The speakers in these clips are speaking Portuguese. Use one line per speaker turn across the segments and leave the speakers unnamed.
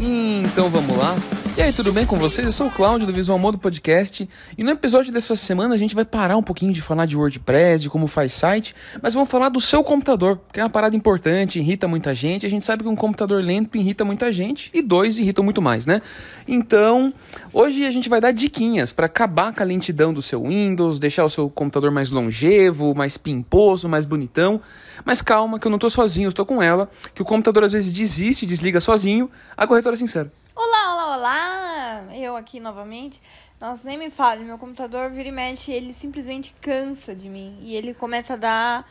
Então vamos lá? E aí, tudo bem com vocês? Eu sou o Cláudio do Visual Modo Podcast e no episódio dessa semana a gente vai parar um pouquinho de falar de WordPress, de como faz site, mas vamos falar do seu computador, que é uma parada importante, irrita muita gente. A gente sabe que um computador lento irrita muita gente e dois irritam muito mais, né? Então, hoje a gente vai dar diquinhas para acabar com a lentidão do seu Windows, deixar o seu computador mais longevo, mais pimposo, mais bonitão. Mas calma, que eu não tô sozinho, eu tô com ela, que o computador às vezes desiste, desliga sozinho. A corretora é sincera.
Olá, olá, olá! Eu aqui novamente. Nossa, nem me fale, meu computador vira e mexe, ele simplesmente cansa de mim. E ele começa a dar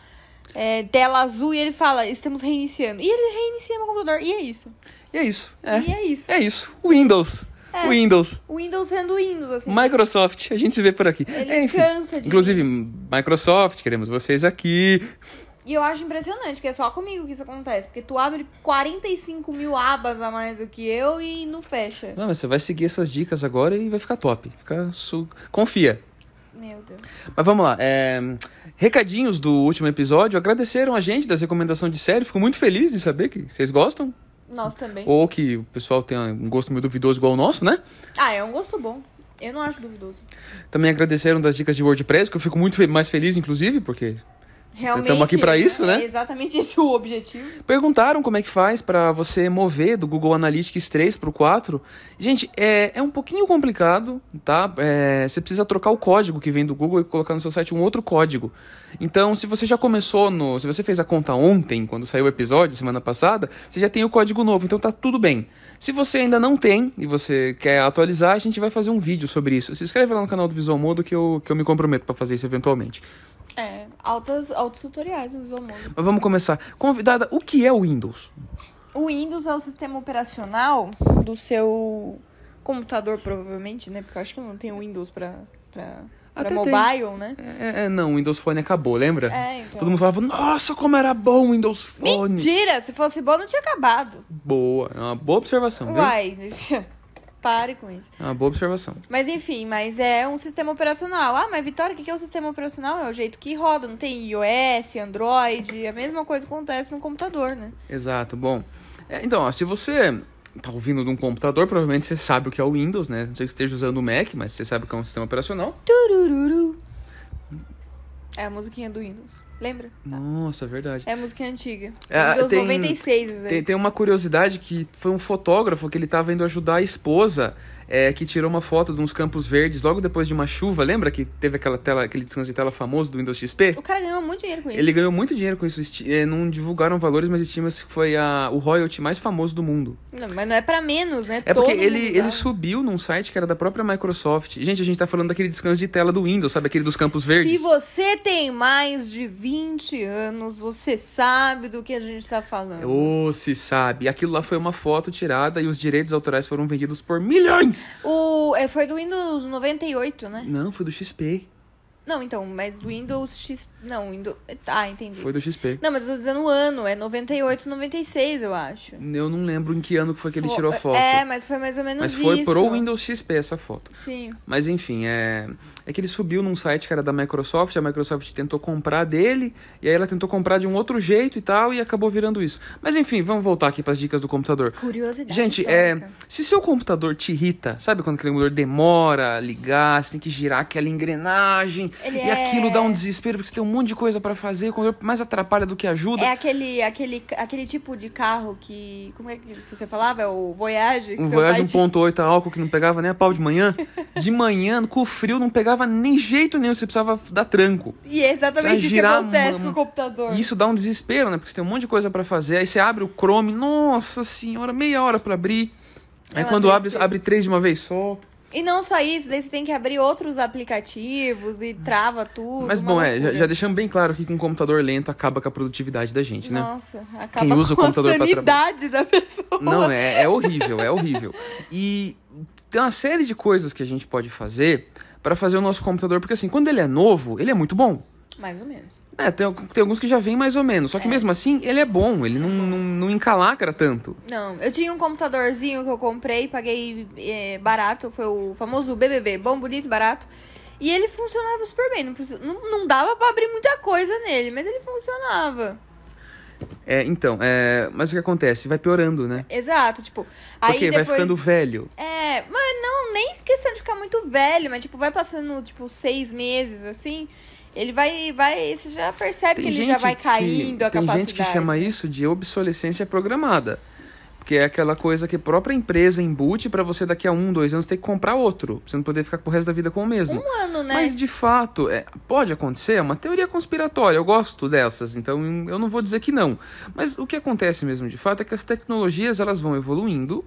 é, tela azul e ele fala, estamos reiniciando. E ele reinicia meu computador, e é isso.
E é isso. É.
E é isso.
É isso. Windows.
É.
Windows.
O Windows sendo Windows, assim.
Microsoft. A gente se vê por aqui. É,
Ele
Enfim.
cansa de
Inclusive, Microsoft, queremos vocês aqui.
E eu acho impressionante, porque é só comigo que isso acontece. Porque tu abre 45 mil abas a mais do que eu e não fecha.
Não, mas você vai seguir essas dicas agora e vai ficar top. Fica su... Confia.
Meu Deus.
Mas vamos lá. é, Recadinhos do último episódio. Agradeceram a gente das recomendações de série. Fico muito feliz de saber que vocês gostam.
Nós também.
Ou que o pessoal tem um gosto meio duvidoso igual o nosso, né?
Ah, é um gosto bom. Eu não acho duvidoso.
Também agradeceram das dicas de WordPress, que eu fico muito fe- mais feliz, inclusive, porque
Realmente.
Tamo aqui pra isso, né?
É exatamente esse o objetivo.
Perguntaram como é que faz pra você mover do Google Analytics 3 pro 4. Gente, é, é um pouquinho complicado, tá? É, você precisa trocar o código que vem do Google e colocar no seu site um outro código. Então, se você já começou no. Se você fez a conta ontem, quando saiu o episódio, semana passada, você já tem o código novo, então tá tudo bem. Se você ainda não tem e você quer atualizar, a gente vai fazer um vídeo sobre isso. Se inscreve lá no canal do Visual Modo que eu, que eu me comprometo pra fazer isso eventualmente.
É, altas, altos tutoriais no Visual Mode.
Mas vamos começar. Convidada, o que é o Windows?
O Windows é o sistema operacional do seu computador, provavelmente, né? Porque eu acho que não tem Windows pra, pra, pra
Até tem.
mobile, né?
É, é, não, o Windows Phone acabou, lembra?
É, então.
Todo mundo falava, nossa, como era bom o Windows Phone.
Mentira! Se fosse bom, não tinha acabado.
Boa, é uma boa observação, viu?
Uai, pare com isso.
É uma boa observação.
Mas enfim, mas é um sistema operacional. Ah, mas Vitória, o que que é o sistema operacional? É o jeito que roda, não tem iOS, Android, a mesma coisa acontece no computador, né?
Exato, bom. É, então, ó, se você tá ouvindo de um computador, provavelmente você sabe o que é o Windows, né? Não sei se você esteja usando o Mac, mas você sabe o que é um sistema operacional.
Turururu. É a musiquinha do Windows. Lembra?
Nossa, verdade.
Tá. É a musiquinha antiga.
É,
Windows
tem-
96, isso aí.
Tem, tem uma curiosidade que foi um fotógrafo que ele tava indo ajudar a esposa é, que tirou uma foto de uns campos verdes logo depois de uma chuva. Lembra que teve aquela tela, aquele descanso de tela famoso do Windows XP?
O cara ganhou muito dinheiro com isso.
Ele ganhou muito dinheiro com isso. esti- eh, Não divulgaram valores, mas estima-se que foi a, o royalty mais famoso do mundo.
Não, mas não é pra menos, né?
É
Todo
porque
mundo
ele, ele
usava.
subiu num site que era da própria Microsoft. Gente, a gente tá falando daquele descanso de tela do Windows, sabe? Aquele dos campos
Se
verdes.
você tem mais de 20 anos, você sabe do que a gente tá falando.
Ô, se sabe. Aquilo lá foi uma foto tirada e os direitos autorais foram vendidos por milhões.
O, é, foi do Windows 98, né?
Não, foi do XP.
Não, então, mas do Windows X. Não, Windows. Ah, entendi.
Foi do XP.
Não, mas eu tô dizendo o ano. É 98, 96, eu acho.
Eu não lembro em que ano que foi que ele
Fo-
tirou a foto.
É, mas foi mais ou menos
mas
isso.
foi pro Windows XP essa foto.
Sim.
Mas enfim, é... é que ele subiu num site que era da Microsoft, a Microsoft tentou comprar dele, e aí ela tentou comprar de um outro jeito e tal, e acabou virando isso. Mas enfim, vamos voltar aqui pras dicas do computador.
Curiosidade.
Gente, é,
histórica.
se seu computador te irrita, sabe quando aquele computador demora a ligar, você tem que girar aquela engrenagem,
Ele
e
é-
aquilo dá um desespero, porque você tem um monte de coisa pra fazer, o computador mais atrapalha do que ajuda.
É aquele, aquele, aquele tipo de carro que. Como é que você falava? É o Voyage? que
Um
seu
Voyage
pai tinha.
1.8 a álcool que não pegava nem a pau de manhã. De manhã, com o frio, não pegava nem jeito nenhum, você precisava dar tranco.
E é
Pra
exatamente isso que
girar,
acontece
mano.
com o computador.
E isso dá um desespero, né? Porque você tem um monte de coisa pra fazer. Aí você abre o Chrome, nossa senhora, meia hora pra abrir.
É
Aí
uma
quando abre,
tristeza.
abre três de uma vez só.
E não só isso, daí você tem que abrir outros aplicativos e trava tudo.
Mas
uma
bom, é, já,
loucura.
já deixamos bem claro aqui que um computador lento acaba com a produtividade da gente, né?
Nossa, acaba
Quem usa o
com
computador
a
pra trabalhar.
sanidade da pessoa.
Não, é, é horrível, é horrível. E tem uma série de coisas que a gente pode fazer pra fazer o nosso computador. Porque assim, quando ele é novo, ele é muito bom.
Mais ou menos.
É, tem, al- tem alguns que já vêm mais ou menos. Só que mesmo assim, ele é bom. Ele não, não, não encalacra tanto.
Não, eu tinha um computadorzinho que eu comprei, paguei é, barato, foi o famoso BBB, bom, bonito, barato. E ele funcionava super bem, não, precisa- não, não dava pra abrir muita coisa nele, mas ele funcionava.
É, então, é, mas o que acontece? Vai piorando, né?
Exato, tipo. Aí
Porque vai
depois.
ficando velho.
É, mas não, nem questão de ficar muito velho, mas tipo, vai passando, tipo, seis meses, assim. Ele vai, vai, você já percebe é que ele já vai caindo
que,
a
Tem
capacidade.
gente que chama isso de obsolescência programada. Porque é aquela coisa que a própria empresa embute pra você daqui a um, dois anos ter que comprar outro. Pra você não poder ficar pro resto da vida com o mesmo.
um ano, né?
Mas de fato, é, pode acontecer, é uma teoria conspiratória, eu gosto dessas, então eu não vou dizer que não. Mas o que acontece mesmo de fato é que as tecnologias elas vão evoluindo,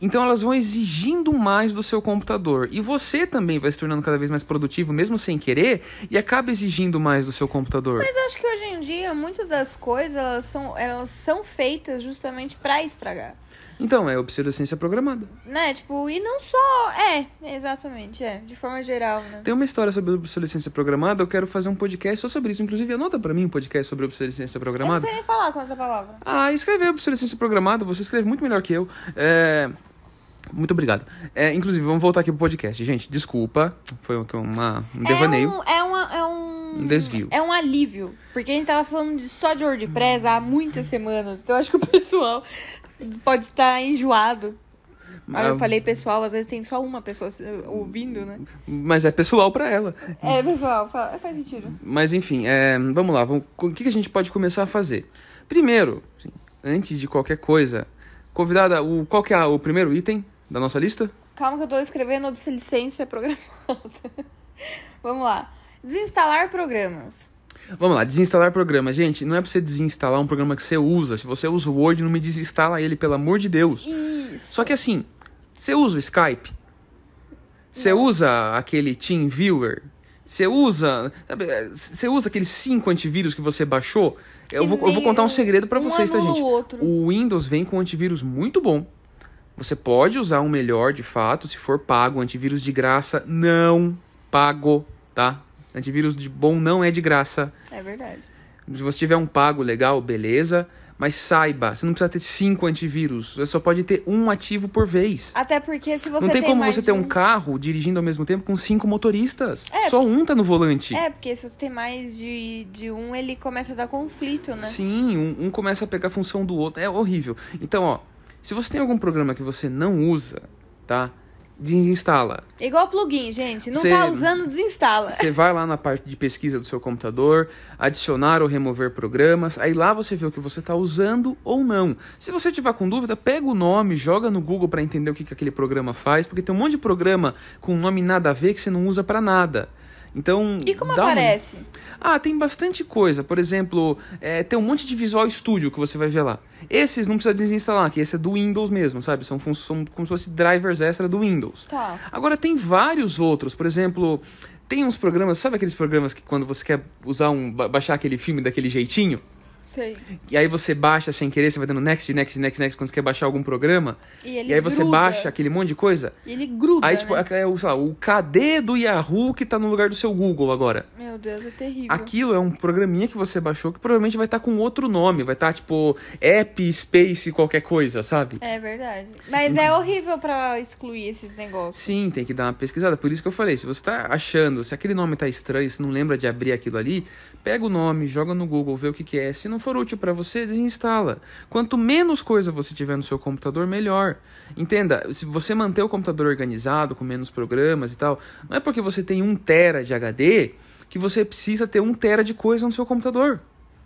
então elas vão exigindo mais do seu computador. E você também vai se tornando cada vez mais produtivo, mesmo sem querer, e acaba exigindo mais do seu computador.
Mas eu acho que hoje em dia muitas das coisas elas são, elas são feitas justamente pra estragar.
Então, é obsolescência programada.
Né? Tipo, e não só. É, exatamente, é. De forma geral, né?
Tem uma história sobre obsolescência programada, eu quero fazer um podcast só sobre isso. Inclusive, anota pra mim um podcast sobre obsolescência
Eu não
programada.
sei nem falar com essa palavra.
Ah, escrever obsolescência programada, você escreve muito melhor que eu. É, Muito obrigado. É, inclusive, vamos voltar aqui pro podcast. Gente, desculpa, foi um- uma, um devaneio.
É um, é, uma, é um.
Um desvio.
É um alívio. Porque a gente tava falando de, só de WordPress há muitas semanas. Então eu acho que o pessoal pode estar enjoado. Aí eu
Ah,
falei pessoal, às vezes tem só uma pessoa se- ouvindo, né?
Mas é pessoal pra ela.
É, pessoal, fa- faz sentido.
Mas enfim, é, vamos lá. Vamos, o que que a gente pode começar a fazer? Primeiro, antes de qualquer coisa, convidada, o, qual que é o primeiro item da nossa lista?
Calma que eu tô escrevendo obsolescência programada. é Vamos lá. Desinstalar programas.
Vamos lá, desinstalar programa. Gente, não é pra você desinstalar um programa que você usa. Se você usa o Word, não me desinstala ele, pelo amor de Deus.
Isso.
Só que assim, você usa o Skype? Você usa aquele TeamViewer? Você usa, sabe, você usa aqueles cinco antivírus que você baixou? eu,
Que
vou, eu vou
nem
contar um segredo pra
um
vocês, tá,
anula
gente?
o outro.
O Windows vem com um antivírus muito bom. Você pode usar um melhor, de fato, se for pago. Antivírus de graça não pago, tá? Antivírus de bom não é de graça.
É verdade.
Se você tiver um pago legal, beleza. Mas saiba, você não precisa ter cinco antivírus. Você só pode ter um ativo por vez.
Até porque se Ah, você
não tem, como
mais
você
de
ter um carro dirigindo ao mesmo tempo com cinco motoristas.
É.
Só um tá no volante.
É, porque se você tem mais de, de um, ele começa a dar conflito, né?
Sim, um, um começa a pegar a função do outro. É horrível. Então, ó, se você tem algum programa que você não usa, tá? Desinstala.
Igual plugin, gente. Não
Cê-
tá usando, desinstala.
Você vai lá na parte de pesquisa do seu computador, adicionar ou remover programas, aí lá você vê o que você está usando ou não. Se você tiver com dúvida, pega o nome, joga no Google para entender o que, que aquele programa faz, porque tem um monte de programa com nome nada a ver que você não usa para nada. Então,
E como
dá uma-
aparece?
Ah, tem bastante coisa. Por exemplo, é, tem um monte de Visual Studio que você vai ver lá. Esses não precisa desinstalar, que esse é do Windows mesmo, sabe? São, fun- são como se fossem drivers extra do Windows.
Tá.
Agora tem vários outros, por exemplo, tem uns programas, sabe aqueles programas que quando você quer usar um ba- baixar aquele filme daquele jeitinho,
Sei.
e aí você baixa sem querer, você vai dando next, next, next, next quando você quer baixar algum programa,
E ele
e aí você
gruda.
baixa aquele monte de coisa.
E ele gruda,
Aí tipo,
né?
é o, sei lá, o KD do Yahoo que tá no lugar do seu Google agora.
Meu Deus, é terrível.
Aquilo é um programinha que você baixou que provavelmente vai estar com outro nome, vai estar tipo App Space qualquer coisa, sabe?
É verdade. Mas é horrível pra excluir esses negócios.
Sim, tem que dar uma pesquisada. Por isso que eu falei, se você tá achando, se aquele nome tá estranho, se não lembra de abrir aquilo ali, pega o nome, joga no Google, vê o que que é. Se não for útil para você, desinstala. Quanto menos coisa você tiver no seu computador, melhor. Entenda, se você manter o computador organizado, com menos programas e tal, não é porque você tem um tera de HD que você precisa ter um tera de coisa no seu computador,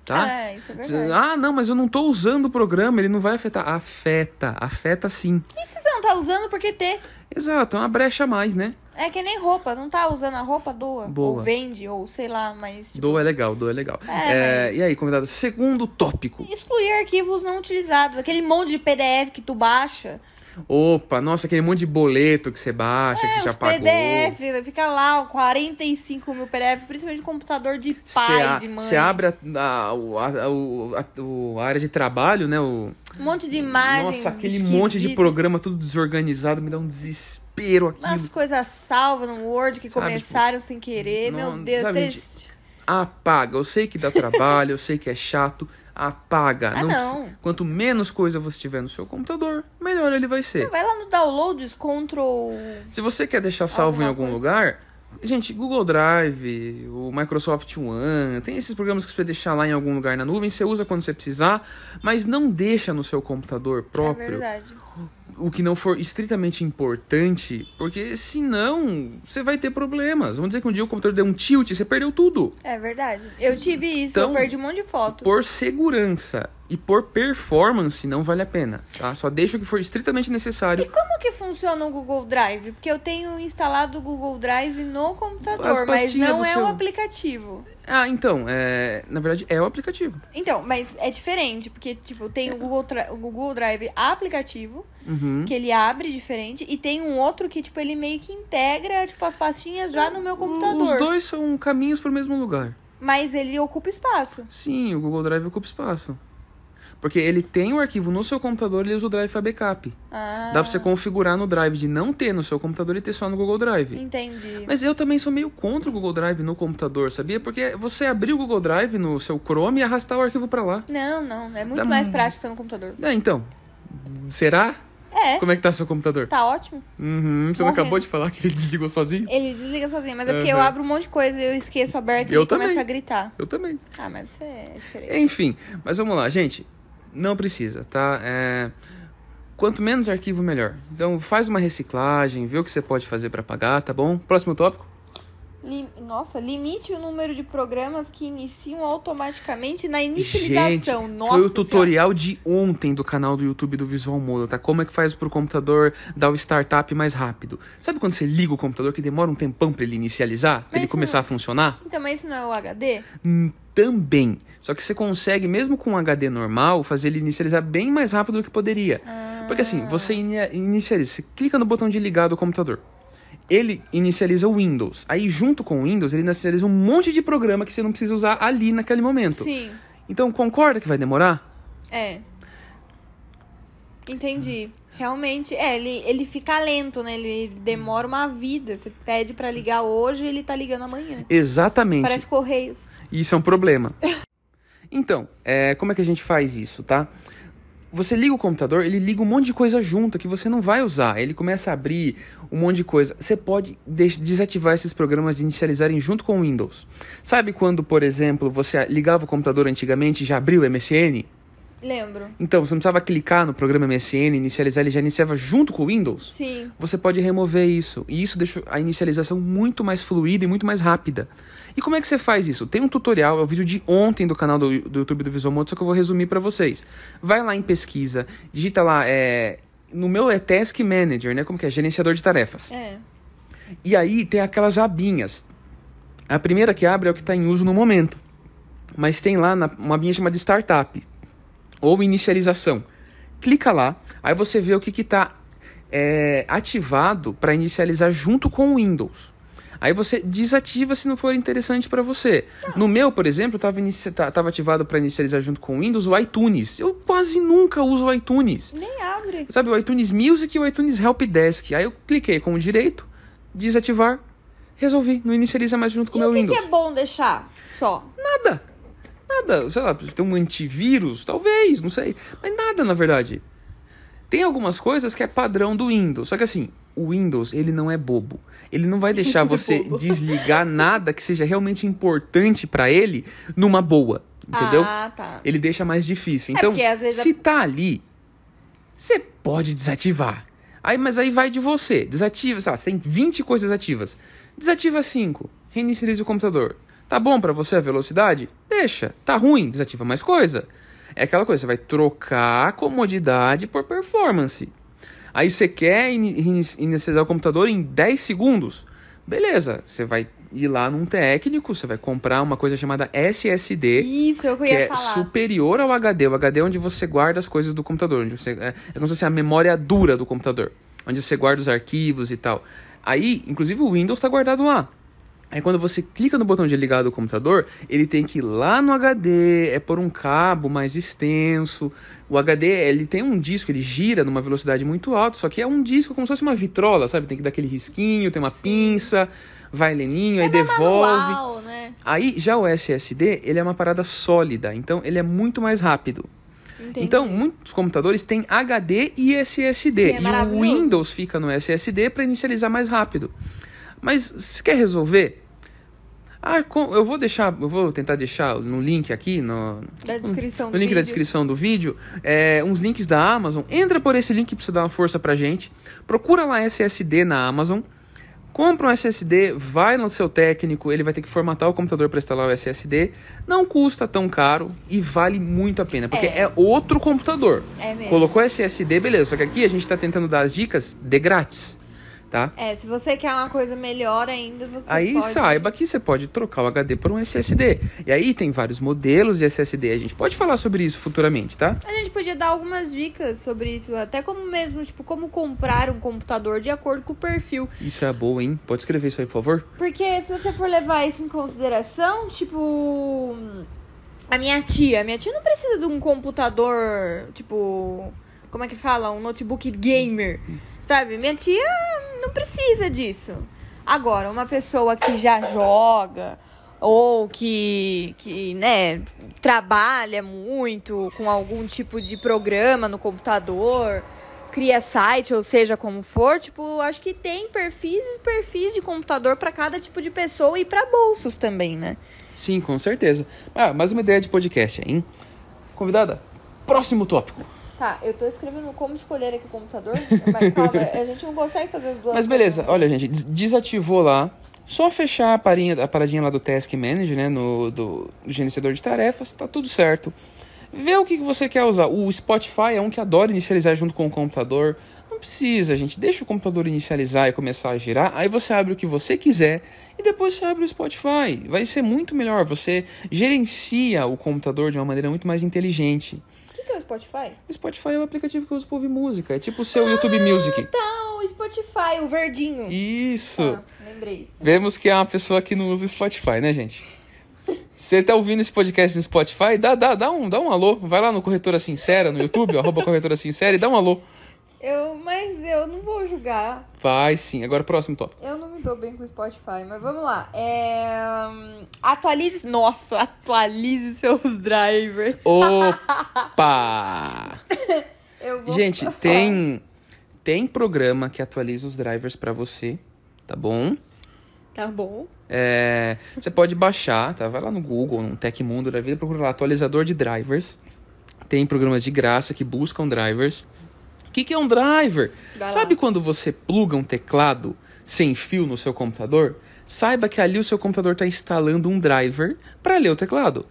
tá?
É, isso é
Se-
verdade.
Ah, não, mas eu não tô usando o programa, ele não vai afetar. Afeta, afeta sim.
E se você não tá usando, por que ter?
Exato, é uma brecha a mais, né?
É que nem roupa. Não tá usando a roupa, doa.
Boa.
Ou vende, ou sei lá, mas... tipo,
Doa é legal, doa é legal.
É,
É, E aí, convidado, segundo tópico.
Excluir arquivos não utilizados. Aquele monte de PDF que tu baixa.
Opa, nossa, aquele monte de boleto que você baixa, que
É,
você já
os
pagou.
PDF, né? fica lá, ó, 45 mil PDF, principalmente de computador de
Você
pai,
a-
de mãe.
Você abre a, a- o- a- o- a- o- a área de trabalho, né? O,
Um monte de imagem.
nossa, aquele
esquisita.
monte de programa tudo desorganizado, me dá um desespero aquilo.
Umas coisas salvas no Word que
Sabe, tipo,
começaram sem querer.
não-
Meu Deus,
sabe,
triste.
Apaga. Eu sei que dá trabalho, eu sei que é chato. Apaga.
Ah, não.
precisa- Quanto menos coisa você tiver no seu computador, melhor ele vai ser.
Vai lá no Downloads, Ctrl. É
Se você quer deixar salvo
Alguma
em algum
coisa.
lugar, Gente, Google Drive, o Microsoft One, tem esses programas que você pode deixar lá em algum lugar na nuvem, você usa quando você precisar, mas não deixa no seu computador
É
próprio
verdade.
o que não for estritamente importante, porque senão você vai ter problemas. Vamos dizer que um dia o computador deu um tilt, você perdeu tudo.
É verdade. Eu tive isso,
Então,
eu perdi um monte de foto.
Por segurança e por performance não vale a pena, tá? Só deixa o que for estritamente
E
necessário.
como que funciona o Google Drive? Porque eu tenho instalado o Google Drive no
As
computador, mas
pastinhas
não
do
é
seu-
um aplicativo.
Ah, então, é, na verdade é o aplicativo.
Então, mas é diferente, porque, tipo, tem o Google, Tra- o Google Drive aplicativo,
Uhum.
que ele abre diferente, e tem um outro que, tipo, ele meio que integra, tipo, as pastinhas já no meu computador.
Os dois são caminhos para o mesmo lugar.
Mas ele ocupa espaço.
Sim, o Google Drive ocupa espaço. Porque ele tem o arquivo no seu computador, ele usa o Drive para backup.
Ah,
Dá pra você configurar no Drive de não ter no seu computador e ter só no Google Drive.
entendi.
Mas eu também sou meio contra o Google Drive no computador, sabia? Porque você abrir o Google Drive no seu Chrome e arrastar o arquivo pra lá.
Não, não, é muito
Dá
mais
um-
prático tá no computador.
É, então. Será?
É,
Como é que tá seu computador?
tá ótimo.
Uhum, você não
Morrendo.
acabou de falar que ele desligou sozinho?
Ele desliga sozinho, mas é porque eu
Uhum.
abro um monte de coisa, eu esqueço aberto e
Eu
ele começa
também.
a gritar.
Eu também.
Ah, mas você é diferente.
Enfim, mas vamos lá, gente. Não precisa, tá? É, Quanto menos arquivo, melhor. Então faz uma reciclagem, vê o que você pode fazer pra pagar, tá bom? Próximo tópico.
Lim- Nossa, limite o número de programas que iniciam automaticamente na
Gente,
inicialização. Nossa,
foi o
Senhora.
tutorial de ontem do canal do YouTube do Visual Modo, tá? Como é que faz pro computador dar o startup mais rápido. Sabe quando você liga o computador que demora um tempão pra ele inicializar? Pra
Mas
ele
isso
começar
não-
a funcionar?
Então, mas isso não é o HD?
Hum, Também. Só que você consegue, mesmo com um HD normal, fazer ele inicializar bem mais rápido do que poderia.
Ah.
Porque assim, você inia- inicializa, você clica no botão de ligar do computador. Ele inicializa o Windows. Aí, junto com o Windows, ele inicializa um monte de programa que você não precisa usar ali naquele momento.
Sim,
Então, concorda que vai demorar?
é. Entendi. Realmente, é, ele, ele fica lento, né? Ele demora uma vida. Você pede pra ligar hoje, ele tá ligando amanhã.
Exatamente.
Parece Correios.
Isso é um problema. Então, é, como é que a gente faz isso, tá? Você liga o computador, ele liga um monte de coisa junto que você não vai usar. Ele começa a abrir um monte de coisa. Você pode des- desativar esses programas de inicializarem junto com o Windows. Sabe quando, por exemplo, você ligava o computador antigamente e já abriu o MSN?
Lembro.
Então, você não precisava clicar no programa MSN, inicializar, ele já iniciava junto com o Windows?
Sim.
você pode remover isso. E isso deixa a inicialização muito mais fluida e muito mais rápida. E como é que você faz isso? Tem um tutorial, é o vídeo de ontem do canal do, do YouTube do Visual Moto, só que eu vou resumir pra vocês. Vai lá em pesquisa, digita lá, é, no meu é Task Manager, né? Como que é? Gerenciador de tarefas.
É.
E aí tem aquelas abinhas. A primeira que abre é o que está em uso no momento. Mas tem lá na- uma abinha chamada Startup ou Inicialização. Clica lá, aí você vê o que está ativado para inicializar junto com o Windows. Aí você desativa se não for interessante para você. No meu, por exemplo, estava ativado para inicializar junto com o Windows o iTunes. Eu quase nunca uso o iTunes.
Nem abre.
Sabe, o iTunes Music e o iTunes Help Desk. Aí eu cliquei com o direito, desativar, resolvi. Não inicializa mais junto com
E
o meu
o que, que
Windows.
é bom deixar só?
Nada. Nada. Sei lá, tem um antivírus? Talvez, não sei. Mas nada, na verdade. Tem algumas coisas que é padrão do Windows. Só que assim, o Windows, ele não é bobo. Ele não vai deixar você
é bobo.
desligar nada que seja realmente importante pra ele numa boa. Entendeu?
Ah, tá.
ele deixa mais difícil.
É,
Então,
porque às vezes a-
se tá ali, você pode desativar. Aí, mas aí vai de você. Desativa, sei lá, você tem 20 coisas ativas. Desativa 5, reinicializa o computador. Tá bom pra você a velocidade? Deixa. Tá ruim, desativa mais coisa. É aquela coisa, você vai trocar comodidade por performance. Aí você quer ini- reini- inicializar o computador em 10 segundos? Beleza, você vai ir lá num técnico, você vai comprar uma coisa chamada SSD
Isso, é o que eu
que
ia
é
falar.
superior ao HD. O HD é onde você guarda as coisas do computador. Onde você, é, é como se fosse a memória dura do computador. Onde você guarda os arquivos e tal. Aí, inclusive, o Windows está guardado lá. Aí quando você clica no botão de ligar do computador, ele tem que ir lá no HD, é por um cabo mais extenso. O HD, ele tem um disco, ele gira numa velocidade muito alta, só que é um disco como se fosse uma vitrola, sabe? Tem que dar aquele risquinho, tem uma pinça, vai leninho,
É
aí devolve.
Manual, né?
Aí já o SSD, ele é uma parada sólida, então ele é muito mais rápido.
Entendi.
Então, muitos computadores têm HD e SSD.
Que é
e o
maravilhoso.
Windows fica no SSD para inicializar mais rápido. Mas se quer resolver, ah, com- eu vou deixar, eu vou tentar deixar no link aqui, no,
Da descrição
no
do
Hum. link da
vídeo.
descrição do vídeo, é, uns links da Amazon. Entra por esse link pra você dar uma força pra gente. Procura lá SSD na Amazon. Compra um SSD, vai no seu técnico, ele vai ter que formatar o computador pra instalar o SSD. Não custa tão caro e vale muito a pena, porque é,
É.
outro computador.
É mesmo.
Colocou SSD, beleza. Só que aqui a gente tá tentando dar as dicas de grátis, tá?
É, se você quer uma coisa melhor ainda, você
Aí
pode...
saiba que você pode trocar o HD por um SSD. E aí tem vários modelos de SSD. A gente pode falar sobre isso futuramente, tá?
A gente podia dar algumas dicas sobre isso, até como mesmo, tipo, como comprar um computador de acordo com o perfil.
Isso é boa, hein? Pode escrever isso aí, por favor?
Porque se você for levar isso em consideração, tipo. A minha tia. Minha tia não precisa de um computador, tipo. Como é que fala? Um notebook gamer. Sabe? Minha tia não precisa disso. Agora, uma pessoa que já joga ou que, que né, trabalha muito com algum tipo de programa no computador, cria site, ou seja, como for, tipo, acho que tem perfis e perfis de computador para cada tipo de pessoa e para bolsos também, né?
Sim, com certeza. Ah, mais uma ideia de podcast, hein? Convidada, próximo tópico.
Tá, eu tô escrevendo como escolher aqui o computador, mas calma, a gente não consegue fazer as duas.
Mas beleza, olha, gente, des- desativou lá. Só fechar a, parinha, a paradinha lá do Task Manager, né? No, do gerenciador de tarefas, tá tudo certo. Vê o que que você quer usar. O Spotify é um que adora inicializar junto com o computador. Não precisa, gente. Deixa o computador inicializar e começar a girar. Aí você abre o que você quiser e depois você abre o Spotify. Vai ser muito melhor. Você gerencia o computador de uma maneira muito mais inteligente.
O que que é o Spotify?
O Spotify é um aplicativo que eu uso pra ouvir música. É tipo o seu YouTube Music.
Então, o Spotify, o verdinho.
Isso!
Ah, lembrei.
Vemos que é uma pessoa que não usa o Spotify, né, gente? Você tá ouvindo esse podcast no Spotify? Dá, dá, dá um, dá um alô. Vai lá no Corretora Sincera, no YouTube, arroba Corretora Sincera e dá um alô.
Eu, mas eu não vou julgar.
Vai sim. Agora próximo tópico.
Eu não me dou bem com o Spotify, mas vamos lá. É... hum, Atualize. Nossa, atualize seus drivers.
Opa!
Eu vou.
Gente, tem tem programa que atualiza os drivers pra você, tá bom?
Tá bom.
É, você pode baixar, tá? Vai lá no Google, no Tecmundo da vida, procura lá atualizador de drivers. Tem programas de graça que buscam drivers. O que, que é um driver?
Vai lá.
Sabe quando você pluga um teclado sem fio no seu computador? Saiba que ali o seu computador está instalando um driver para ler o teclado.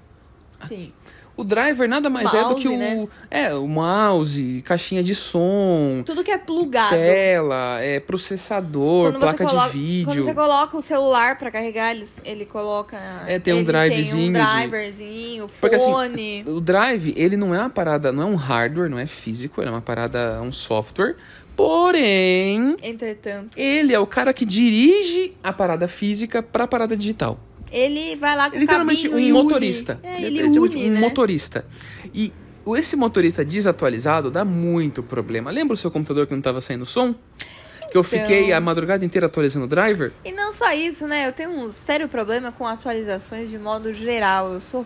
Sim.
O driver nada mais é do
Mouse,
que o,
né?
é, o mouse, caixinha de som,
Tudo que é plugado.
tela, é, processador, placa
coloca,
de vídeo.
Quando você coloca o celular pra carregar, ele, ele coloca.
É, tem um
ele
drivezinho de-
Tem um driverzinho,
Porque, assim,
fone.
O drive, ele não é uma parada, não é um hardware, não é físico, ele é uma parada, é um software. Porém,
Entretanto,
ele é o cara que dirige a parada física para a parada digital.
ele vai lá com
É literalmente um
o cabinho e une.
motorista.
É,
é
ele
literalmente
une,
um
né?
motorista. E o- esse motorista desatualizado dá muito problema. Lembra o seu computador que não estava saindo som?
Então.
Que eu fiquei a madrugada inteira atualizando o driver?
E não só isso, né? Eu tenho um sério problema com atualizações de modo geral. Eu sou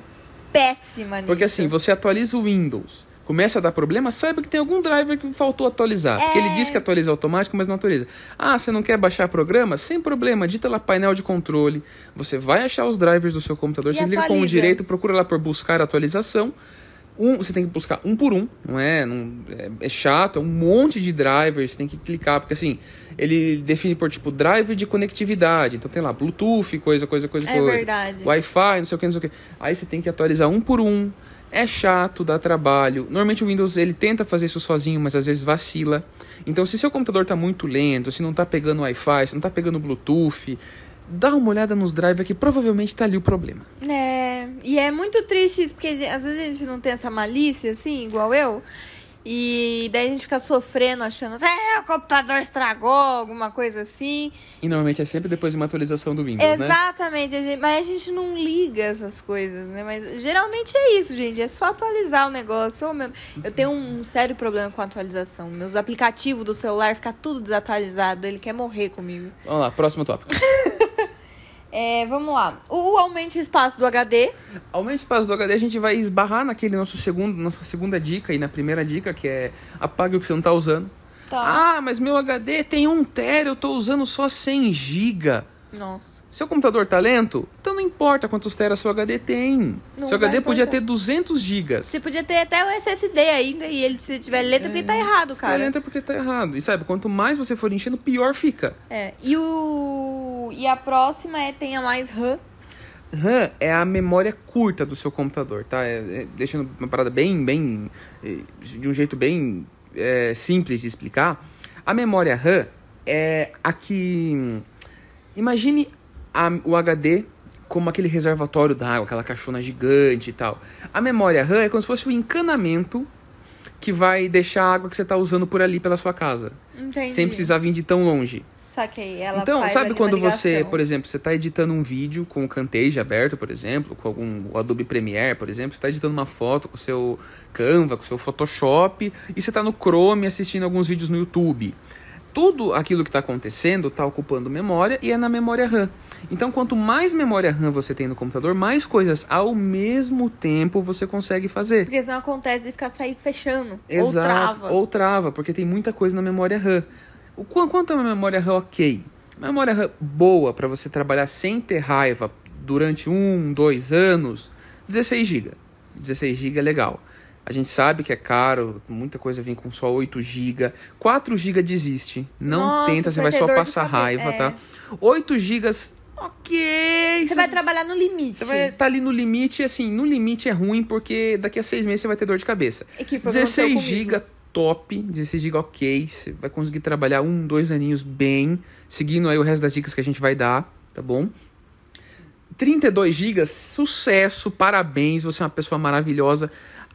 péssima nisso.
Porque assim, você atualiza o Windows, começa a dar problema, saiba que tem algum driver que faltou atualizar. Porque
É.
ele diz que atualiza automático, mas não atualiza. Ah, você não quer baixar programa? Sem problema, digita lá painel de controle. Você vai achar os drivers do seu computador,
E
você liga com o
atualiza.
direito, procura lá por buscar atualização. Um, você tem que buscar um por um, não é? Não- é, é chato, é um monte de drivers, tem que clicar, porque assim, ele define por tipo driver de conectividade. Então tem lá Bluetooth, coisa, coisa, coisa,
É
coisa.
verdade.
Wi-Fi, não sei o que, não sei o que. Aí você tem que atualizar um por um. É chato, dá trabalho. Normalmente o Windows ele tenta fazer isso sozinho, mas às vezes vacila. Então, se seu computador tá muito lento, se não tá pegando Wi-Fi, se não tá pegando Bluetooth, dá uma olhada nos drivers que provavelmente tá ali o problema.
É, e é muito triste isso, porque a gente- às vezes a gente não tem essa malícia, assim, igual eu. E daí a gente fica sofrendo, achando, é, o computador estragou, alguma coisa assim.
E normalmente é sempre depois de uma atualização do Windows, né?
Exatamente, a gente- mas a gente não liga essas coisas, né? Mas geralmente é isso, gente. É só atualizar o negócio. Ô, meu- Eu tenho um sério problema com a atualização. Meus aplicativos do celular fica tudo desatualizado, ele quer morrer comigo.
Vamos lá, próximo tópico.
É, vamos lá. O aumente o espaço do HD.
Aumento o espaço do HD, a gente vai esbarrar naquele nosso segundo, nossa segunda dica e na primeira dica, que é apague o que você não tá usando.
Tá.
Ah, mas meu HD tem 1 tera, eu tô usando só 100 GB.
Nossa.
Seu computador tá lento? Então não importa quantos teras seu HD tem.
Não
seu HD
vai
podia
importar. Tipo,
ter 200 GB.
Você podia ter até o SSD ainda e ele, se tiver letra, porque tá errado,
Tá
cara.
lento é porque tá errado. E sabe, quanto mais você for enchendo, pior fica.
É. E o. E a próxima é tenha mais RAM.
RAM é a memória curta do seu computador, tá? É- é- deixando uma parada bem, bem... eh, De um jeito bem eh, simples de explicar. A memória RAM é a que... Imagine a- o HD como aquele reservatório d'água, aquela caixona gigante e tal. A memória RAM é como se fosse um encanamento que vai deixar a água que você tá usando por ali pela sua casa.
Entendi.
Sem precisar vir de tão longe.
Saquei. Ela
Então,
faz ali
sabe
uma
quando você,
ligação.
por exemplo, você está editando um vídeo com o Camtasia aberto, por exemplo, com algum o Adobe Premiere, por exemplo, você está editando uma foto com o seu Canva, com o seu Photoshop, e você está no Chrome assistindo alguns vídeos no YouTube. Tudo aquilo que está acontecendo está ocupando memória e é na memória RAM. Então, quanto mais memória RAM você tem no computador, mais coisas ao mesmo tempo você consegue fazer.
Porque senão acontece de ficar sair fechando. Ou
Exato.
trava.
Ou trava, porque tem muita coisa na memória RAM. O, qu- quanto é uma memória RAM ok? Uma memória RAM boa para você trabalhar sem ter raiva durante um, dois anos, 16 GB. 16 GB é legal. A gente sabe que é caro, muita coisa vem com só 8 GB. 4 GB desiste. Não
Nossa,
tenta, você vai só
perdedor de
passar
cabeça,
raiva,
é.
tá? 8 GB, ok.
Você vai trabalhar no limite.
Você vai estar ali no limite, assim, no limite é ruim, porque daqui a seis meses você vai ter dor de cabeça.
E que foi o que aconteceu
16
comigo.
GB top, 16 GB ok, você vai conseguir trabalhar um, dois aninhos bem, seguindo aí o resto das dicas que a gente vai dar, tá bom? 32 GB, sucesso, parabéns, você é uma pessoa maravilhosa.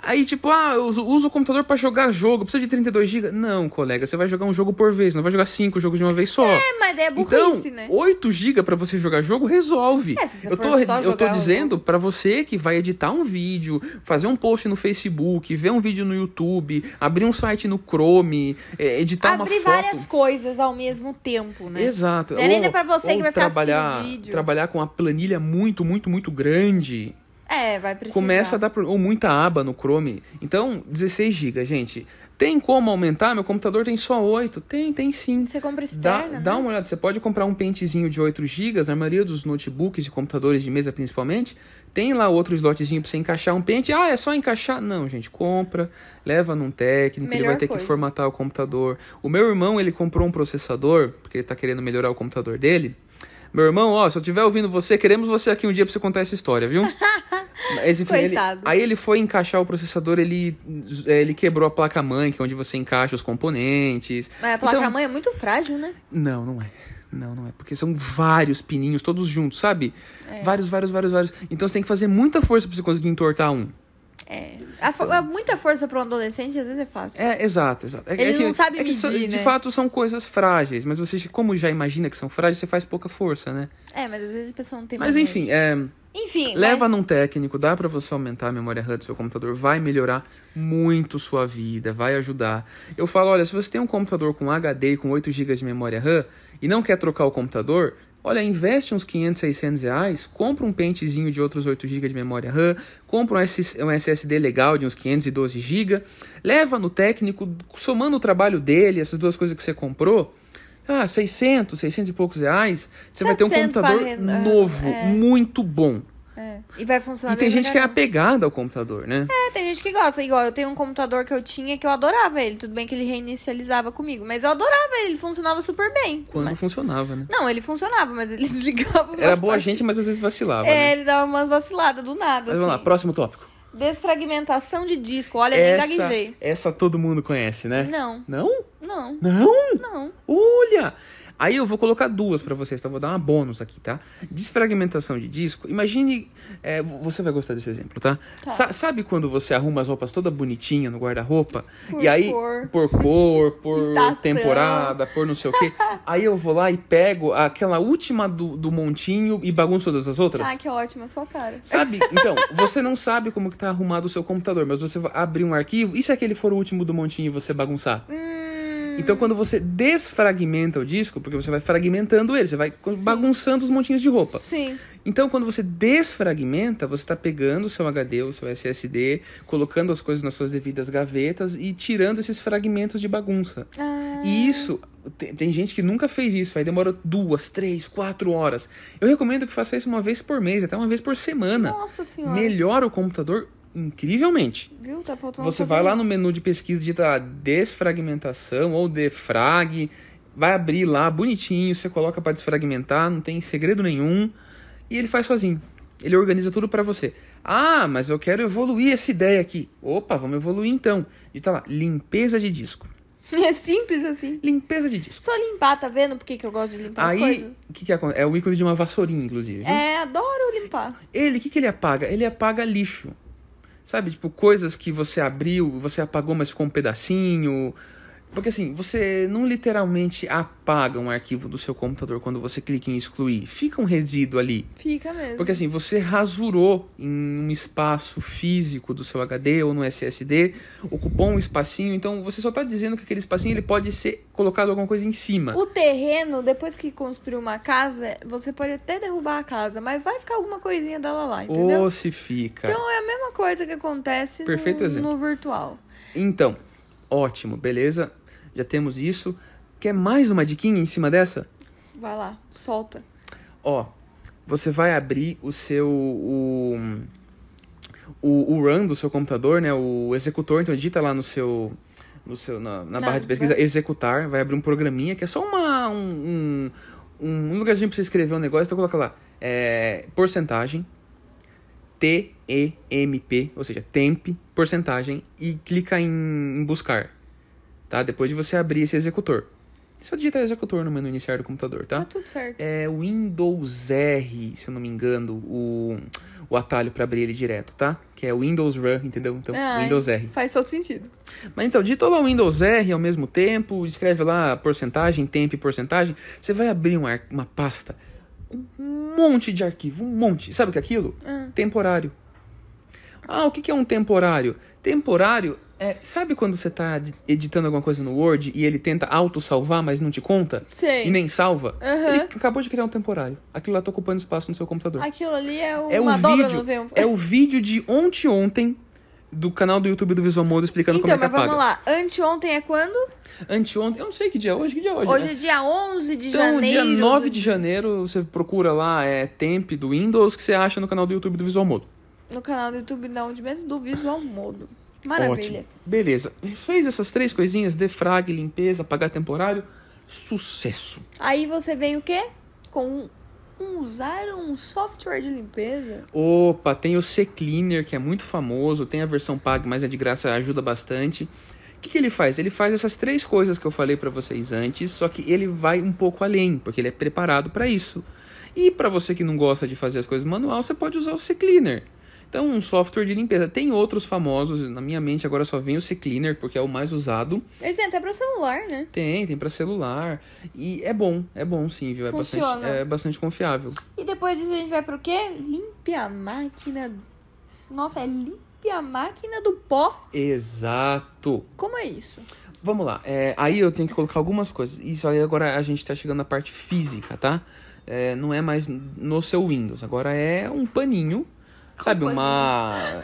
Aí, tipo, ah, eu uso, uso o computador pra jogar jogo, precisa de 32 GB? Não, colega, você vai jogar um jogo por vez, não vai jogar cinco jogos de uma vez só.
É, mas daí é
Então,
burrice, né?
8 GB pra você jogar jogo resolve.
É, se você
eu
for
tô,
só
eu tô
jogar o
dizendo pra você que vai editar um vídeo, fazer um post no Facebook, ver um vídeo no YouTube, abrir um site no Chrome, é, editar uma
Abrir
foto.
várias coisas ao mesmo tempo, né?
Exato.
Não é nem
Ou-
pra você
ou
que vai ficar assistindo
trabalhar,
vídeo.
trabalhar com uma planilha muito, muito, muito grande.
É, vai precisar.
Começa a dar pro- ou muita aba no Chrome. Então, 16 GB, gente. Tem como aumentar? Meu computador tem só 8. Tem, tem sim.
Você
Dá,
compra externa,
dá
né?
uma olhada, você pode comprar um pentezinho de 8 GB, na maioria dos notebooks e computadores de mesa principalmente, tem lá outro slotzinho pra você encaixar um pente. Ah, é só encaixar? Não, gente, compra, leva num técnico, ele
Melhor
vai ter que
coisa.
formatar o computador. O meu irmão, ele comprou um processador, porque ele tá querendo melhorar o computador dele. Meu irmão, ó, se eu estiver ouvindo você, queremos você aqui um dia pra você contar essa história, viu? Mas, enfim, ele-
Coitado.
aí ele foi encaixar o processador, ele, eh, ele quebrou a placa-mãe, que é onde você encaixa os componentes.
Mas a placa-mãe
Então-
é muito frágil, né?
não, não é. Não, não é. Porque são vários pininhos, todos juntos, sabe?
É.
Vários, vários, vários, vários. Então você tem que fazer muita força pra você conseguir entortar um.
É. A fo-
Então
é Muita força pra um adolescente, às vezes é fácil.
É, exato, exato. É,
Ele
é que,
não sabe
é que são-
medir,
De
né?
fato, são coisas frágeis. Mas você, como já imagina que são frágeis, você faz pouca força, né?
É, mas às vezes a pessoa não tem
Mas
maneira.
enfim, é,
Enfim, né?
leva
mas-
num técnico, dá pra você aumentar a memória RAM do seu computador, vai melhorar muito sua vida, vai ajudar. Eu falo, olha, se você tem um computador com HD e com 8 GB de memória RAM e não quer trocar o computador, olha, investe uns 500, 600 reais, compra um pentezinho de outros 8 GB de memória RAM, compra um, SS um SSD legal de uns 512 GB, leva no técnico, somando o trabalho dele, essas duas coisas que você comprou, ah, 600, 600 e poucos reais, você vai ter um
700
computador
para re-
novo,
é.
muito bom.
É. E vai funcionar
E tem
bem
gente que é
melhor.
apegada ao computador, né?
É, tem gente que gosta. Igual, eu tenho um computador que eu tinha que eu adorava ele. Tudo bem que ele reinicializava comigo, mas eu adorava ele. Ele funcionava super bem.
Quando
É, Mas-
funcionava, né?
Não, ele funcionava, mas ele desligava umas
Era boa
partes.
gente, mas às vezes vacilava,
É,
né?
ele dava umas vaciladas do nada,
Mas vamos lá,
assim.
próximo tópico.
Desfragmentação de disco. Olha, nem
Essa,
gaguejei.
essa todo mundo conhece, né?
Não,
Não?
não,
Não?
não.
Olha! Aí eu vou colocar duas pra vocês, tá? Vou dar uma bônus aqui, tá? Desfragmentação de disco. Imagine. é, vo- você vai gostar desse exemplo, tá?
Tá.
Sa- sabe quando você arruma as roupas toda bonitinha no guarda-roupa?
Por
E aí.
cor.
Por cor, por
Estação.
temporada, por não sei o quê. aí eu vou lá e pego aquela última do, do montinho e bagunço todas as outras?
Ah, que ótima sua cara.
Sabe? Então, você não sabe como que tá arrumado o seu computador, mas você vai abrir um arquivo, e se aquele for o último do montinho e você bagunçar?
Hum,
Então, quando você desfragmenta o disco, porque você vai fragmentando ele, você vai bagunçando os montinhos de roupa.
Sim.
Então, quando você desfragmenta, você está pegando o seu HD, o seu
Ah.
SSD, colocando as coisas nas suas devidas gavetas e tirando esses fragmentos de bagunça. E isso, tem, tem gente que nunca fez isso, aí demora duas, três, quatro horas. Eu recomendo que faça isso uma vez por mês, até uma vez por semana.
Nossa senhora.
Melhora o computador incrivelmente.
Viu? Tá faltando
Você
fazer
vai lá
isso.
no menu de pesquisa digita lá, desfragmentação ou defrag, vai abrir lá bonitinho, você coloca para desfragmentar, não tem segredo nenhum, e ele faz sozinho. Ele organiza tudo para você. Ah, mas eu quero evoluir essa ideia aqui. Opa, vamos evoluir então. E tá lá, limpeza de disco.
É simples assim.
Limpeza de disco.
Só limpar, tá vendo por que que eu gosto de limpar as
Aí,
coisas?
o que que acontece? É o ícone de uma vassourinha, inclusive. viu?
É, adoro limpar.
Ele, o que, que ele apaga? Ele apaga lixo. Sabe, tipo, coisas que você abriu, você apagou, mas ficou um pedacinho. Porque assim, você não literalmente apaga um arquivo do seu computador quando você clica em excluir. Fica um resíduo ali.
Fica mesmo.
Porque assim, você rasurou em um espaço físico do seu HD ou no SSD, ocupou um espacinho, então você só tá dizendo que aquele espacinho ele pode ser colocado alguma coisa em cima.
O terreno, depois que construir uma casa, você pode até derrubar a casa, mas vai ficar alguma coisinha dela lá, entendeu?
Ou se fica.
Então é a mesma coisa que acontece no-
Perfeito
no,
exemplo.
virtual.
Então, ótimo, beleza? Já temos isso. Quer mais uma diquinha em cima dessa?
Vai lá, solta.
Ó, você vai abrir o seu. O, o, o run do seu computador, né? O executor, então digita lá no seu. No seu na, na
Na-
barra de pesquisa, executar, vai abrir um programinha que é só uma, um, um, um lugarzinho pra você escrever um negócio, então coloca lá. É, porcentagem. T-E-M-P, ou seja, temp, porcentagem, e clica em, em buscar, tá? Depois de você abrir esse executor. Só digita executor no menu iniciar do computador,
Tá,
tá?
tudo certo.
É o Windows R, se eu não me engano, o, o atalho pra abrir ele direto, tá? Que é o Windows Run, entendeu? Então,
Ah,
Windows R.
Faz todo sentido.
Mas então, digita lá o Windows R ao mesmo tempo, escreve lá porcentagem, tempo e porcentagem. Você vai abrir um ar- uma pasta, um monte de arquivo, um monte. Sabe o que é aquilo?
Ah.
Temporário. Ah, o que que é um temporário? Temporário é. Sabe quando você tá editando alguma coisa no Word e ele tenta autossalvar, mas não te conta?
Sei.
e nem salva,
Aham.
ele acabou de criar um temporário. Aquilo lá tá ocupando espaço no seu computador.
Aquilo ali é,
é
uma
o
dobra
vídeo,
no tempo.
é o vídeo de ontem ontem do canal do YouTube do Visual Modo explicando
Então,
como é
mas
que apaga.
vamos lá. Anteontem é quando?
Anteontem, eu não sei que dia é hoje, que dia é hoje,
Hoje
né?
é dia 11 de
Então,
janeiro.
dia 9
do-
de janeiro, você procura lá, é temp do Windows, que você acha no canal do YouTube do Visual Modo.
No canal do YouTube, da onde mesmo? Do Visual Modo. Maravilha.
Ótimo. Beleza. Fez essas três coisinhas, defrag, limpeza, apagar temporário, sucesso.
Aí você vem o quê? Com um, um usar um software de limpeza.
Opa, tem o C-Cleaner, que é muito famoso, tem a versão paga, mas é de graça, ajuda bastante. O que, que ele faz? Ele faz essas três coisas que eu falei pra vocês antes, só que ele vai um pouco além, porque ele é preparado pra isso. E pra você que não gosta de fazer as coisas manual, você pode usar o C-Cleaner. Então, um software de limpeza. Tem outros famosos, na minha mente agora só vem o C-Cleaner, porque é o mais usado.
Ele tem até pra celular, né?
Tem, tem pra celular. E é bom, é bom sim, viu? É, bastante,
Funciona.
é bastante confiável.
E depois disso a gente vai pro quê? Limpe a máquina. Nossa, é limpe a máquina do pó.
Exato.
Como é isso?
Vamos lá. é, aí eu tenho que colocar algumas coisas. Isso aí agora a gente tá chegando na parte física, tá? É, não é mais no seu Windows. Agora é um paninho. Sabe, uma.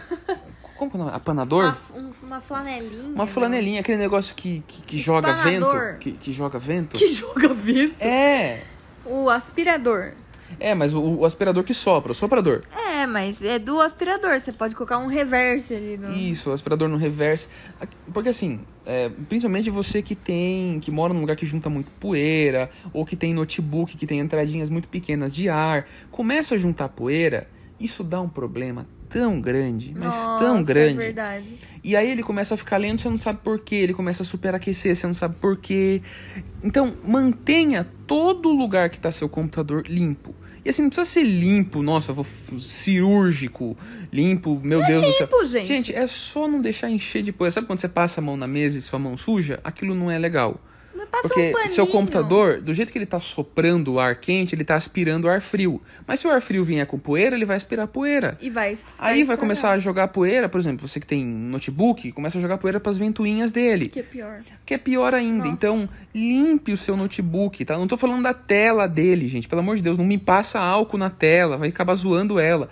Como que é o nome? Apanador?
Um Uma, um- uma flanelinha.
uma
né?
flanelinha, aquele negócio que, que, que joga
Espanador.
vento. Que, que joga vento.
Que joga vento.
É.
O aspirador.
É, mas o, o aspirador que sopra, o soprador.
É, mas é do aspirador. Você pode colocar um reverse ali no.
Isso, o aspirador no reverso. Aqui- Porque assim, é, principalmente você que tem, que mora num lugar que junta muito poeira, ou que tem notebook, que tem entradinhas muito pequenas de ar, começa a juntar poeira, isso dá um problema tão grande, mas
Nossa,
tão grande.
É verdade.
E aí ele começa a ficar lento, você não sabe por quê. Ele começa a superaquecer, você não sabe por quê. Então, mantenha todo lugar que está seu computador limpo. E assim, não precisa ser limpo, nossa, vou f- cirúrgico, limpo, meu Deus do céu.
Tipo, gente.
Gente, é só não deixar encher de poeira. Sabe quando você passa a mão na mesa e sua mão suja? Aquilo não é legal.
mas passa um
Porque
paninho.
seu computador, do jeito que ele tá soprando o ar quente, ele tá aspirando o ar frio. Mas se o ar frio vier com poeira, ele vai aspirar poeira.
E vai.
Aí vai
estragar,
começar a jogar poeira, por exemplo, você que tem notebook, começa a jogar poeira pras ventoinhas dele,
Que é pior.
que é pior ainda.
Nossa.
Então, limpe o seu notebook, tá? Não tô falando da tela dele, gente, pelo amor de Deus, não me passa álcool na tela, vai acabar zoando ela.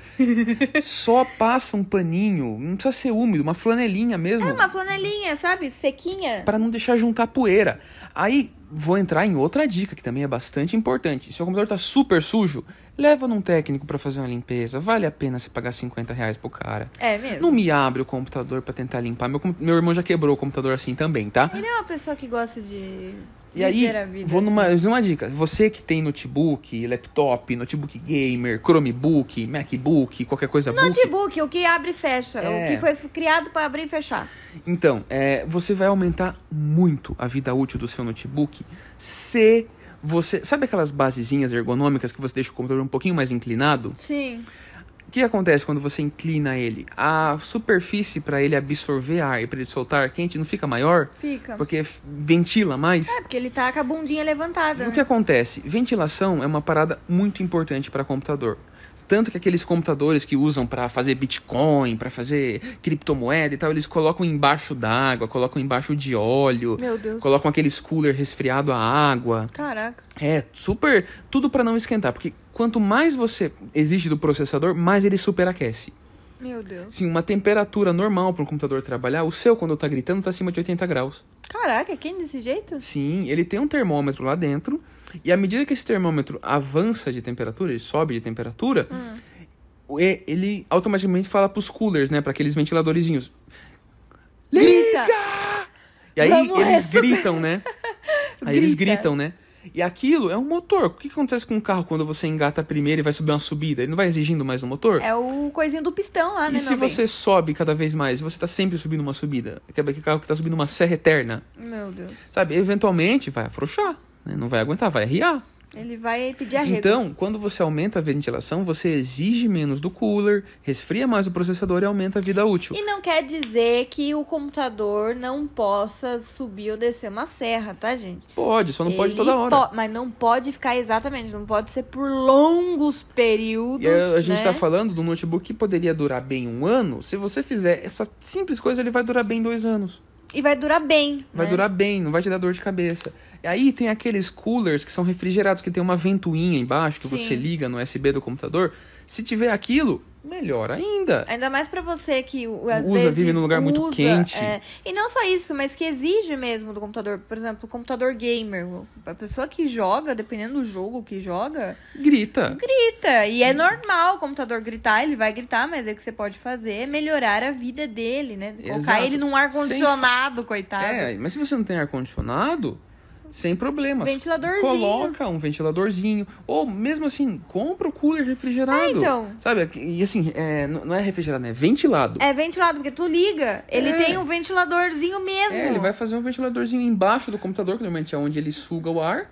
Só passa um paninho, não precisa ser úmido, uma flanelinha mesmo.
É uma flanelinha, É sabe? Sequinha.
Pra não deixar juntar poeira. Aí vou entrar em outra dica que também é bastante importante. Se o computador tá super sujo, leva num técnico para fazer uma limpeza. Vale a pena você pagar 50 reais pro cara.
É mesmo.
Não me abre o computador para tentar limpar. Meu, com- meu irmão já quebrou o computador assim também, tá?
Ele é uma pessoa que gosta de
E aí,
viver a vida. assim.
vou numa, numa dica. Você que tem notebook, laptop, notebook gamer, Chromebook, MacBook, qualquer coisa book,
Notebook, Um o que abre e fecha.
É.
O que foi f- criado pra abrir e fechar.
Então, é, você vai aumentar muito a vida útil do seu notebook se você. Sabe aquelas basezinhas ergonômicas que você deixa o computador um pouquinho mais inclinado?
Sim.
O que acontece quando você inclina ele? A superfície para ele absorver ar e para ele soltar ar quente não fica maior?
Fica.
Porque f- ventila mais?
É, porque ele tá com a bundinha levantada,
O
né?
que acontece? Ventilação é uma parada muito importante para computador. Tanto que aqueles computadores que usam para fazer Bitcoin, para fazer criptomoeda e tal, eles colocam embaixo d'água, colocam embaixo de óleo,
Meu Deus.
colocam aqueles cooler resfriado à água.
Caraca.
É, super, tudo para não esquentar, porque quanto mais você exige do processador, mais ele superaquece.
Meu Deus.
Sim, uma temperatura normal para um computador trabalhar, o seu quando tá gritando tá acima de 80 graus.
Caraca, é quente desse jeito?
Sim, ele tem um termômetro lá dentro. E à medida que esse termômetro avança de temperatura, ele sobe de temperatura,
Hum.
e- ele automaticamente fala pros coolers, né? Pra aqueles ventiladorzinhos.
Grita!
E aí
Vamos
eles
resolver.
gritam, né? Aí eles
Grita.
gritam, né? E aquilo é um motor. O que acontece com um carro quando você engata primeiro e vai subir uma subida? Ele não vai exigindo mais um motor?
É o coisinho do pistão lá, né?
e se
não vem?
você sobe cada vez mais, você tá sempre subindo uma subida? Aquele carro que tá subindo uma serra eterna,
Meu Deus.
sabe? Eventualmente vai afrouxar, né? Não vai aguentar, vai arriar.
Ele vai pedir arrego.
Então, quando você aumenta a ventilação, você exige menos do cooler, resfria mais o processador e aumenta a vida útil.
E não quer dizer que o computador não possa subir ou descer uma serra, tá, gente?
Pode, só não pode
Ele
toda hora.
po- Mas não pode ficar exatamente, não pode ser por longos períodos.
E a, a gente tá
né?
está falando do notebook que poderia durar bem um ano. Se você fizer essa simples coisa, ele vai durar bem dois anos.
E vai durar bem.
Vai
né?
durar bem, não vai te dar dor de cabeça. E aí tem aqueles coolers que são refrigerados, que tem uma ventoinha embaixo que
Sim.
você liga no USB do computador. Se tiver aquilo, melhor ainda.
Ainda mais pra você que u- às
Usa,
vezes
vive num lugar muito
usa,
quente.
é. E não só isso, mas que exige mesmo do computador. Por exemplo, o computador gamer. o- A pessoa que joga, dependendo do jogo que joga,
Grita.
grita. E é normal o computador gritar, ele vai gritar, mas é o que você pode fazer é melhorar a vida dele, né? Colocar
Exato.
ele num ar-condicionado, coitado.
É, mas se você não tem ar-condicionado, sem problema.
Ventiladorzinho.
Coloca um ventiladorzinho. Ou mesmo assim, compra o cooler refrigerado.
É, então.
Sabe? E assim, é, n- não é refrigerado, é ventilado.
É ventilado, porque tu liga, ele
É.
tem um ventiladorzinho mesmo.
É, ele vai fazer um ventiladorzinho embaixo do computador, que normalmente é onde ele suga o ar.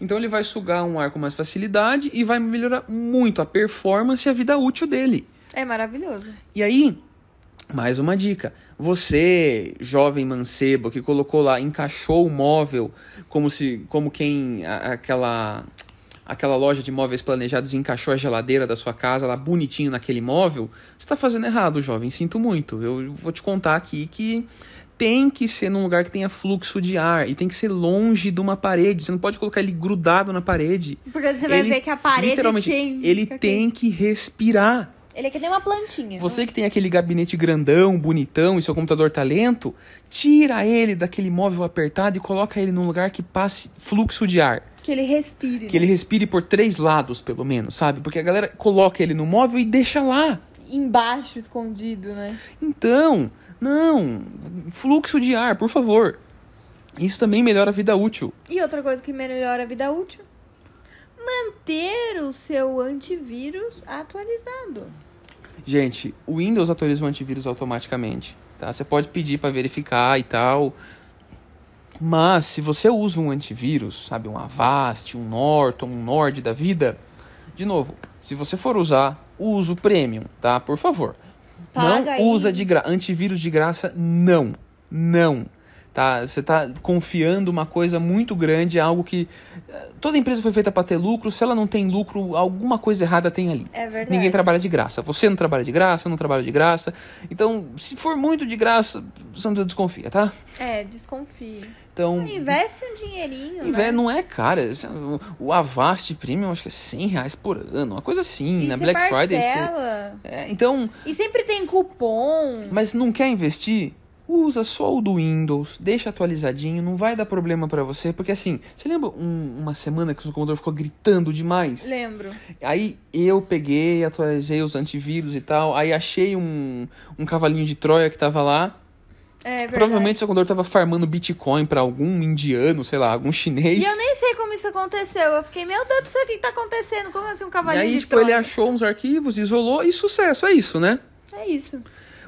Então ele vai sugar um ar com mais facilidade e vai melhorar muito a performance e a vida útil dele.
É maravilhoso.
E aí, mais uma dica. Você, jovem mancebo, que colocou lá, encaixou o móvel como se. como quem. a- aquela. Aquela loja de móveis planejados encaixou a geladeira da sua casa lá bonitinho naquele móvel, você tá fazendo errado, jovem. Sinto muito. Eu vou te contar aqui que tem que ser num lugar que tenha fluxo de ar e tem que ser longe de uma parede. Você não pode colocar ele grudado na parede.
Porque você vai
Ele-
ver que a parede
literalmente,
tem.
ele
fica
tem que respirar.
quente. Ele é que nem uma plantinha.
Você que tem aquele gabinete grandão, bonitão e seu computador tá lento, tira ele daquele móvel apertado e coloca ele num lugar que passe fluxo de ar.
né? Que ele respire.
Que ele respire por três lados, pelo menos, sabe? Porque a galera coloca ele no móvel e deixa lá.
né? Embaixo, escondido, né?
Então, não. Fluxo de ar, por favor. Isso também melhora a vida útil.
E outra coisa que melhora a vida útil: manter o seu antivírus atualizado.
Gente, o Windows atualiza o antivírus automaticamente, tá? Você pode pedir para verificar e tal. Mas se você usa um antivírus, sabe, um Avast, um Norton, um Nord da vida, de novo, se você for usar, usa o premium, tá? Por favor. não
Paga aí.
usa de graça, antivírus de graça não. Não. Tá? Você tá confiando uma coisa muito grande, algo que eh, toda empresa foi feita para ter lucro, se ela não tem lucro, alguma coisa errada tem ali.
É verdade.
Ninguém tá- trabalha de graça. Você não trabalha de graça, eu não trabalho de graça. Então, se for muito de graça, Sandra desconfia, tá?
É, desconfie.
Então,
Investe um dinheirinho.
inve-
né?
não é cara. esse- o- O Avast Premium acho que é 100 reais por ano, uma coisa assim.
E
na
você
Black Friday. você-
parcela.
É, então,
E sempre tem cupom.
mas não quer investir? usa só o do Windows, deixa atualizadinho, não vai dar problema pra você, porque assim, você lembra um- uma semana que o seu computador ficou gritando demais?
Lembro.
Aí eu peguei, atualizei os antivírus e tal, aí achei um, um cavalinho de Troia que tava lá.
É verdade.
Provavelmente o seu computador tava farmando Bitcoin pra algum indiano, sei lá, algum chinês.
E eu nem sei como isso aconteceu. Eu fiquei, meu Deus do céu, o que que tá acontecendo? Como assim um
E
cavalinho
aí,
de
tipo, ele
Troia?
achou uns arquivos, isolou e sucesso, é isso, né?
É isso.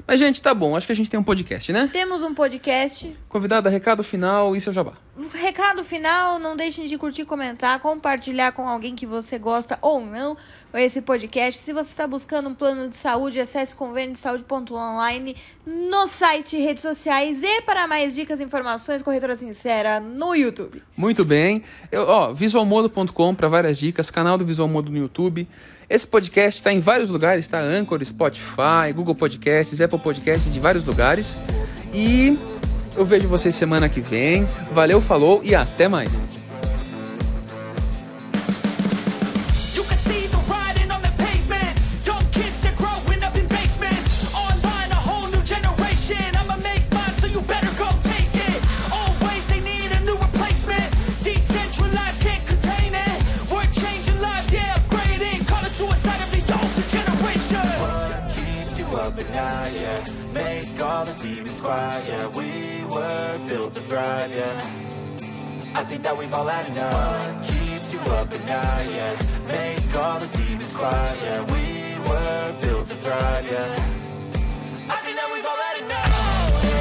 Mas, gente, tá bom, acho que a gente tem um podcast, né?
Temos um podcast. um
Convidada, recado final e seu jabá.
Recado final, não deixem de curtir, comentar, compartilhar com alguém que você gosta ou não esse podcast. Se você está buscando um plano de saúde, acesse convênio de saúde.online no site, redes sociais e para mais dicas e informações, Corretora Sincera no YouTube.
Muito bem. Eu, ó, visualmodo.com para várias dicas, canal do Visual Modo no YouTube. Esse podcast está em vários lugares, está Anchor, Spotify, Google Podcasts, Apple Podcasts, de vários lugares. E eu vejo vocês semana que vem. Valeu, falou e até mais.
You can see them riding on the pavement. Young kids they're growing up in basements. Online, a whole new generation. I'ma make mine, so you better go take it. Always they need a new replacement. Decentralized, can't contain it. We're changing lives, yeah, upgrading. Call it suicide of the older generation.
We're the key to up and night, yeah. Make all the demons quiet, yeah. We were built to thrive, yeah. I think that we've all had enough. What keeps you up at night, yeah. Make all the demons quiet, yeah. We were built to thrive, yeah.